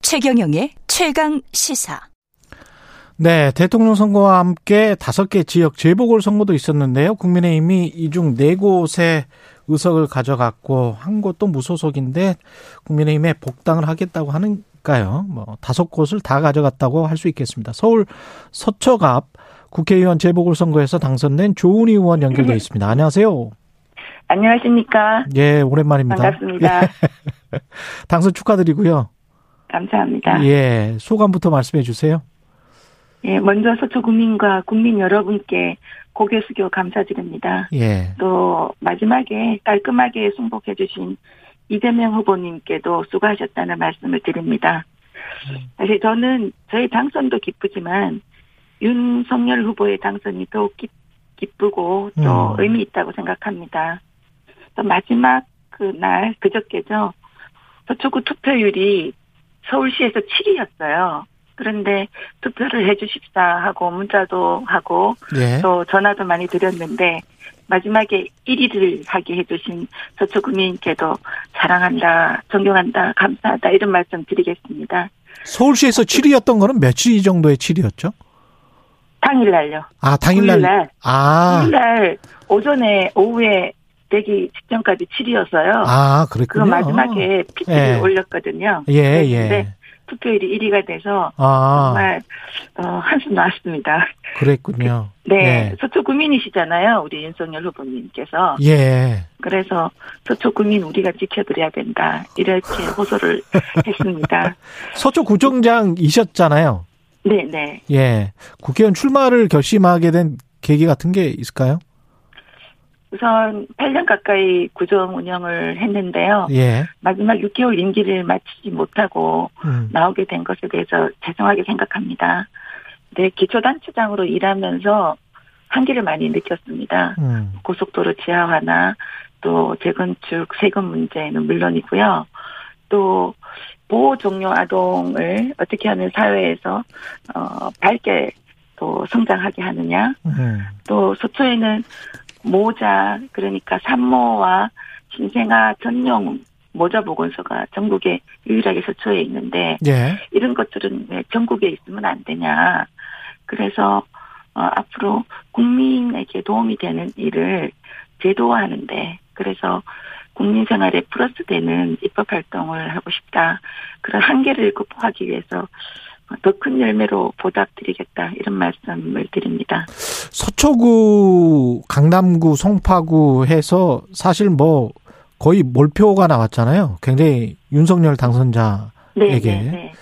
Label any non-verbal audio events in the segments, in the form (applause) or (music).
최경영의 최강 시사. 네, 대통령 선거와 함께 다섯 개 지역 재보궐 선거도 있었는데요. 국민의힘이 이중 네 곳에 의석을 가져갔고 한 곳도 무소속인데 국민의힘에 복당을 하겠다고 하는가요? 뭐 다섯 곳을 다 가져갔다고 할 수 있겠습니다. 서울 서척 앞 국회의원 재보궐 선거에서 당선된 조은희 의원 연결돼 있습니다. 안녕하세요. 안녕하십니까. 예, 오랜만입니다. 반갑습니다. (laughs) 예. 당선 축하드리고요. 감사합니다. 예, 예, 소감부터 말씀해 주세요. 먼저 서초 구민과 국민 여러분께 고개 숙여 감사드립니다. 예, 또 마지막에 깔끔하게 승복해 주신 이재명 후보님께도 수고하셨다는 말씀을 드립니다. 사실 저는 저희 당선도 기쁘지만 윤석열 후보의 당선이 더욱 기, 기쁘고 또 음. 의미 있다고 생각합니다. 또 마지막 그날 그저께죠. 서초구 투표율이 서울시에서 7위였어요. 그런데 투표를 해주십사 하고 문자도 하고 예. 또 전화도 많이 드렸는데 마지막에 1위를 하게 해주신 서초구민께도 자랑한다, 존경한다, 감사하다 이런 말씀 드리겠습니다. 서울시에서 7위였던 거는 며칠 정도의 7위였죠? 당일날요. 아, 당일날. 당일날. 아, 당일날 오전에 오후에 되기 직전까지 7위여서요. 아, 그랬군요. 그럼 마지막에 피트를 예. 올렸거든요. 네, 예, 근데 예. 투표율이 1위가 돼서 아, 정말 어, 한숨 나왔습니다. 그랬군요. 네, 서초 구민이시잖아요, 우리 윤석열 후보님께서. 예. 예. 그래서 서초 구민 우리가 지켜드려야 된다 이렇게 호소를 했습니다. 서초 구청장이셨잖아요. 네, 네. 예. 국회의원 출마를 결심하게 된 계기 같은 게 있을까요? 우선 8년 가까이 구정 운영을 했는데요. 예. 마지막 6개월 임기를 마치지 못하고 음. 나오게 된 것에 대해서 죄송하게 생각합니다. 네, 기초단체장으로 일하면서 한계를 많이 느꼈습니다. 음. 고속도로 지하화나 또 재건축 세금 문제는 물론이고요. 또 보호 종료 아동을 어떻게 하면 사회에서 어 밝게 또 성장하게 하느냐. 음. 또 서초에는 모자 그러니까 산모와 신생아 전용 모자 보건소가 전국에 유일하게 서초에 있는데 예. 이런 것들은 왜 전국에 있으면 안 되냐. 그래서 어, 앞으로 국민에게 도움이 되는 일을 제도화하는데 그래서 국민 생활에 플러스되는 입법 활동을 하고 싶다. 그런 한계를 극복하기 위해서 더 큰 열매로 보답드리겠다 이런 말씀을 드립니다. 서초구, 강남구, 송파구 해서 사실 뭐 거의 몰표가 나왔잖아요. 굉장히 윤석열 당선자 네, 이게. 네, 네.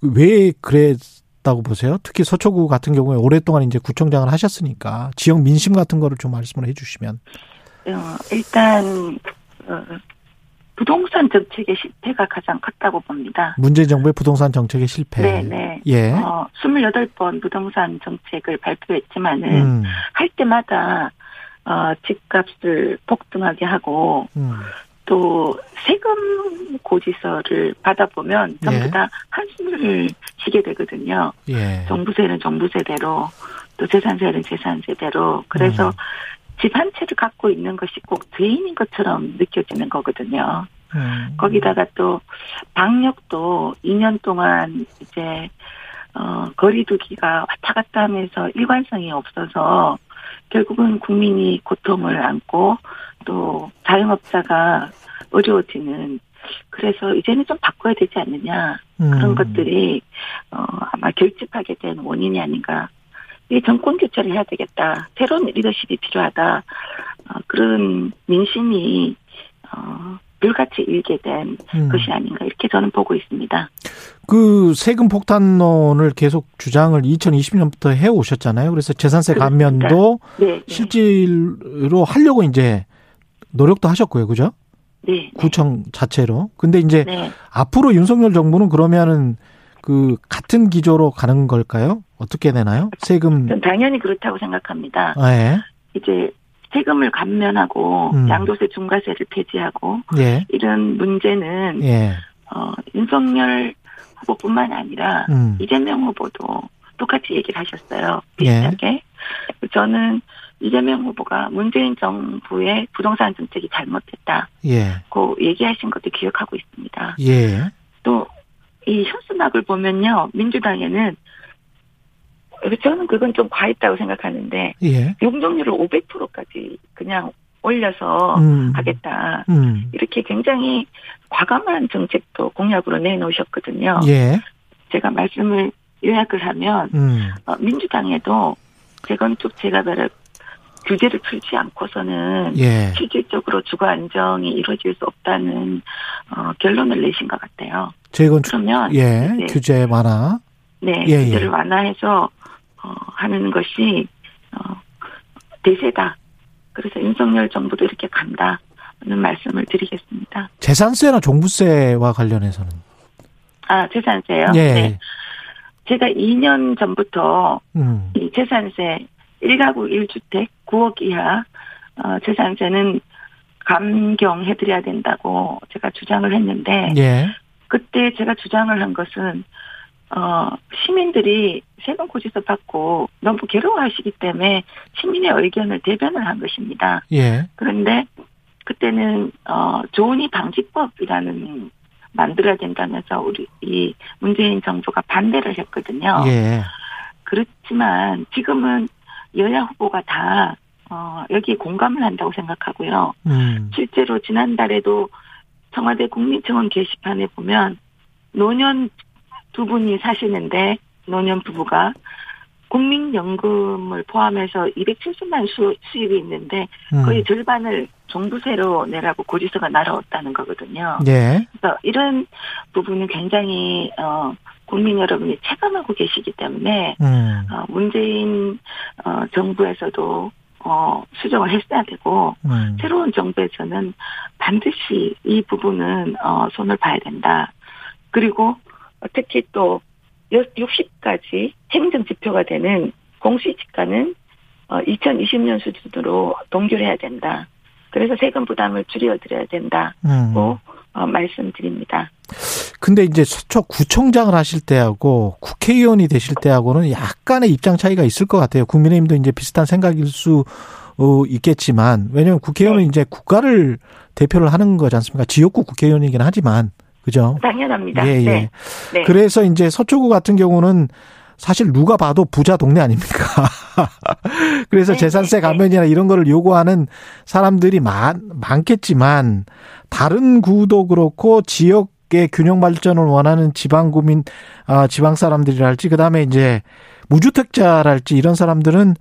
왜 그랬다고 보세요? 특히 서초구 같은 경우에 오랫동안 이제 구청장을 하셨으니까 지역 민심 같은 거를 좀 말씀을 해주시면 어, 일단 어, 부동산 정책의 실패가 가장 컸다고 봅니다. 문재인 정부의 부동산 정책의 실패. 네, 네. 예. 어, 28번 부동산 정책을 발표했지만은 음. 할 때마다 어, 집값을 폭등하게 하고 음. 또 세금 고지서를 받아보면 전부 예. 다 한숨을 쉬게 되거든요. 예. 정부세는 정부세대로 또 재산세는 재산세대로 그래서 음. 집 한 채를 갖고 있는 것이 꼭 죄인인 것처럼 느껴지는 거거든요. 음. 거기다가 또 방역도 2년 동안 이제 어 거리두기가 왔다 갔다 하면서 일관성이 없어서 결국은 국민이 고통을 안고 또 자영업자가 어려워지는 그래서 이제는 좀 바꿔야 되지 않느냐 그런 음. 것들이 어 아마 결집하게 된 원인이 아닌가 이 정권 교체를 해야 되겠다 새로운 리더십이 필요하다 어, 그런 민심이 어 불같이 일게 된 음. 것이 아닌가 이렇게 저는 보고 있습니다. 그 세금 폭탄론을 계속 주장을 2020년부터 해 오셨잖아요. 그래서 재산세 그렇습니다. 감면도 네, 네, 실질로 하려고 이제 노력도 하셨고요. 그죠? 네, 구청 음. 자체로. 근데 이제 네. 앞으로 윤석열 정부는 그러면은 그 같은 기조로 가는 걸까요? 어떻게 되나요? 세금 전 당연히 그렇다고 생각합니다. 아, 예. 이제 세금을 감면하고 음. 양도세 중과세를 폐지하고 예. 이런 문제는 예. 어, 윤석열 후보뿐만 아니라 음. 이재명 후보도 똑같이 얘기를 하셨어요. 예. 비슷하게. 네. 저는 이재명 후보가 문재인 정부의 부동산 정책이 잘못했다고 예. 얘기하신 것도 기억하고 있습니다. 예. 또 이 현수막을 보면요, 민주당에는 저는 그건 좀 과했다고 생각하는데 예. 용적률을 500%까지 그냥 올려서 음. 하겠다. 음. 이렇게 굉장히 과감한 정책도 공약으로 내놓으셨거든요. 예. 제가 말씀을 요약을 하면 음. 어, 민주당에도 재건축 재개발을 규제를 풀지 않고서는 예. 실질적으로 주거 안정이 이루어질 수 없다는 어, 결론을 내신 것 같아요. 재건축 그러면 예. 네. 규제 완화. 네 예, 예. 규제를 완화해서 어, 하는 것이 어, 대세다. 그래서 윤석열 정부도 이렇게 간다는 말씀을 드리겠습니다. 재산세나 종부세와 관련해서는 아 재산세요. 예. 네. 제가 2년 전부터 음. 이 재산세 1가구 1주택 9억 이하 어, 재산세는 감경해드려야 된다고 제가 주장을 했는데 예. 그때 제가 주장을 한 것은 어, 시민들이 세금 고지서 받고 너무 괴로워하시기 때문에 시민의 의견을 대변을 한 것입니다. 예. 그런데 그때는 어, 조은이 방지법이라는 만들어야 된다면서 우리 이 문재인 정부가 반대를 했거든요. 예. 그렇지만 지금은 여야 후보가 다 어, 여기 공감을 한다고 생각하고요. 음. 실제로 지난달에도 청와대 국민청원 게시판에 보면 노년 두 분이 사시는데 노년 부부가 국민연금을 포함해서 270만 수, 수입이 있는데 음. 거의 절반을 종부세로 내라고 고지서가 날아왔다는 거거든요. 예. 그래서 이런 부분은 굉장히 어, 국민 여러분이 체감하고 계시기 때문에 음. 어, 문재인 어, 정부에서도 어, 수정을 했어야 되고 음. 새로운 정부에서는 반드시 이 부분은 어, 손을 봐야 된다. 그리고 특히 또 60까지 행정 지표가 되는 공시지가는 어, 2020년 수준으로 동결 해야 된다. 그래서 세금 부담을 줄여드려야 된다고 음. 어, 말씀드립니다. 근데 이제 서초 구청장을 하실 때하고 국회의원이 되실 때하고는 약간의 입장 차이가 있을 것 같아요. 국민의힘도 이제 비슷한 생각일 수 어, 있겠지만 왜냐하면 국회의원은 이제 국가를 대표를 하는 거지 않습니까? 지역구 국회의원이긴 하지만 그죠? 당연합니다. 예, 예. 네. 네. 그래서 이제 서초구 같은 경우는 사실 누가 봐도 부자 동네 아닙니까? (laughs) 그래서 네, 재산세 네, 네. 감면이나 이런 거를 요구하는 사람들이 많, 많겠지만 다른 구도 그렇고 지역의 균형 발전을 원하는 지방 구민 아 지방 사람들이랄지 그다음에 이제 무주택자랄지 이런 사람들은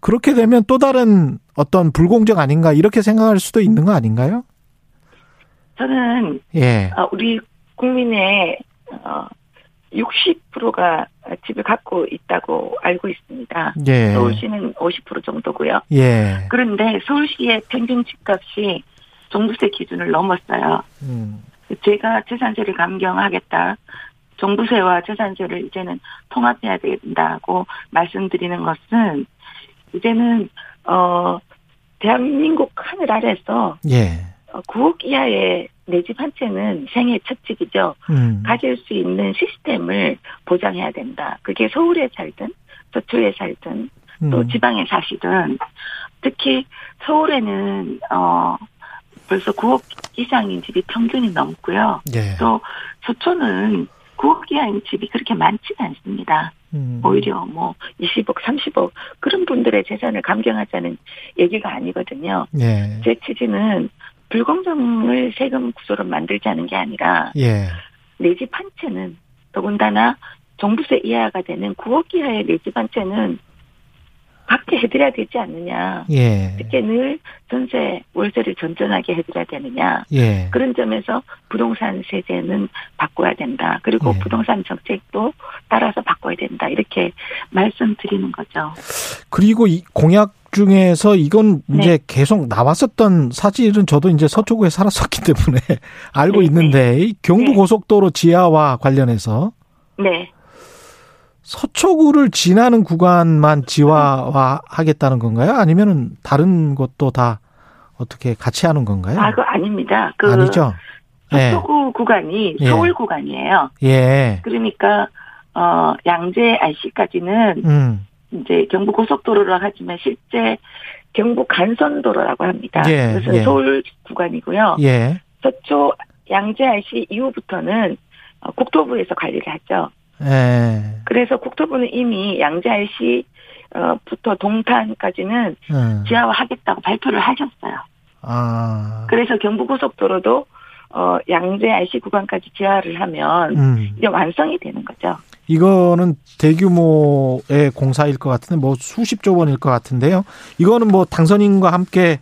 그렇게 되면 또 다른 어떤 불공정 아닌가 이렇게 생각할 수도 있는 거 아닌가요? 저는 예. 어, 우리 국민의 어, 60%가 집을 갖고 있다고 알고 있습니다. 예. 서울시는 50% 정도고요. 예. 그런데 서울시의 평균 집값이 종부세 기준을 넘었어요. 음. 제가 재산세를 감경하겠다. 종부세와 재산세를 이제는 통합해야 된다고 말씀드리는 것은 이제는 어 대한민국 하늘 아래서 예. 어, 9억 이하의 내 집 한 채는 생애 첫 집이죠. 음. 가질 수 있는 시스템을 보장해야 된다. 그게 서울에 살든 서초에 살든 또 음. 지방에 사시든 특히 서울에는 어 벌써 9억 이상인 집이 평균이 넘고요. 예. 또 서초는 9억 이하인 집이 그렇게 많지는 않습니다. 음. 오히려 뭐 20억, 30억 그런 분들의 재산을 감경하자는 얘기가 아니거든요. 예. 제 취지는 불공정을 세금 구조로 만들자는 게 아니라 예. 내 집 한 채는 더군다나 종부세 이하가 되는 9억 이하의 내 집 한 채는 받게 해드려야 되지 않느냐. 예. 특히 늘 전세 월세를 전전하게 해드려야 되느냐. 예. 그런 점에서 부동산 세제는 바꿔야 된다. 그리고 예. 부동산 정책도 따라서 바꿔야 된다. 이렇게 말씀드리는 거죠. 그리고 이 공약 중에서 이건 네. 이제 계속 나왔었던 사실은 저도 이제 서초구에 살았었기 때문에 (laughs) 알고 네, 있는데 이 경부 네. 고속도로 지하와 관련해서 네. 서초구를 지나는 음. 구간만 지하화 하겠다는 건가요? 아니면은 다른 것도 다 어떻게 같이 하는 건가요? 아, 그거 아닙니다. 그 네. 아니죠. 예. 서구 구간이 예. 서울 구간이에요. 예. 그러니까 어, 양재 RC까지는 음. 이제 경부 고속도로라고 하지만 실제 경부 간선도로라고 합니다. 예, 그래서 예. 서울 구간이고요. 예. 서초 양재 IC 이후부터는 어, 국토부에서 관리를 하죠. 예. 그래서 국토부는 이미 어, 양자일시부터 동탄까지는 음. 지하화하겠다고 발표를 하셨어요. 아. 그래서 경부고속도로도 어, 양재RC 구간까지 지하를 하면 음. 이제 완성이 되는 거죠. 이거는 대규모의 공사일 것 같은데 뭐 수십조 원일 것 같은데요. 이거는 뭐 당선인과 함께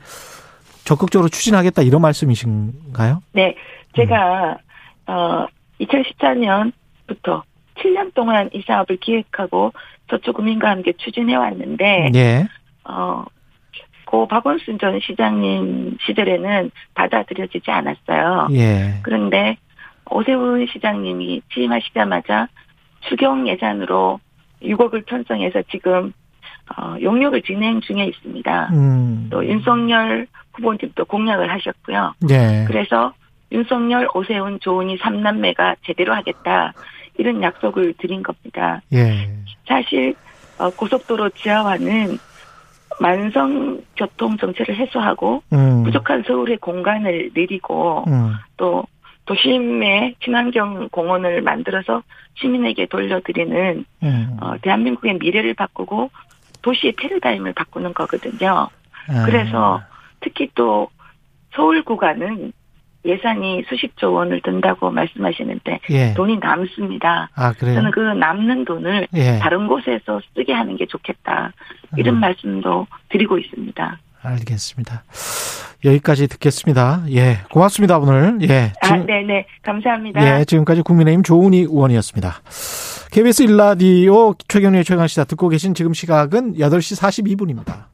적극적으로 추진하겠다 이런 말씀이신가요? 네, 제가 어, 2014년부터 7년 동안 이 사업을 기획하고 저축은행과 함께 추진해 왔는데 예. 어, 고 박원순 전 시장님 시절에는 받아들여지지 않았어요. 예. 그런데 오세훈 시장님이 취임하시자마자 추경 예산으로 6억을 편성해서 지금 어, 용역을 진행 중에 있습니다. 음. 또 윤석열 후보님도 공약을 하셨고요. 예. 그래서 윤석열, 오세훈, 조은희 3남매가 제대로 하겠다 이런 약속을 드린 겁니다. 예. 사실 어, 고속도로 지하화는 만성 교통 정체를 해소하고 음. 부족한 서울의 공간을 늘리고 음. 또 도심의 친환경 공원을 만들어서 시민에게 돌려드리는 음. 어, 대한민국의 미래를 바꾸고 도시의 패러다임을 바꾸는 거거든요. 아. 예. 그래서 특히 또 서울 구간은 예산이 수십조 원을 든다고 말씀하시는데 예. 돈이 남습니다. 아, 그래요. 저는 그 남는 돈을 예. 다른 곳에서 쓰게 하는 게 좋겠다. 이런 음. 말씀도 드리고 있습니다. 알겠습니다. 여기까지 듣겠습니다. 예. 고맙습니다, 오늘. 예. 아, 지금- 네네. 감사합니다. 예, 지금까지 국민의힘 조은희 의원이었습니다. KBS 1라디오 최경련의 최강시사 듣고 계신 지금 시각은 8시 42분입니다.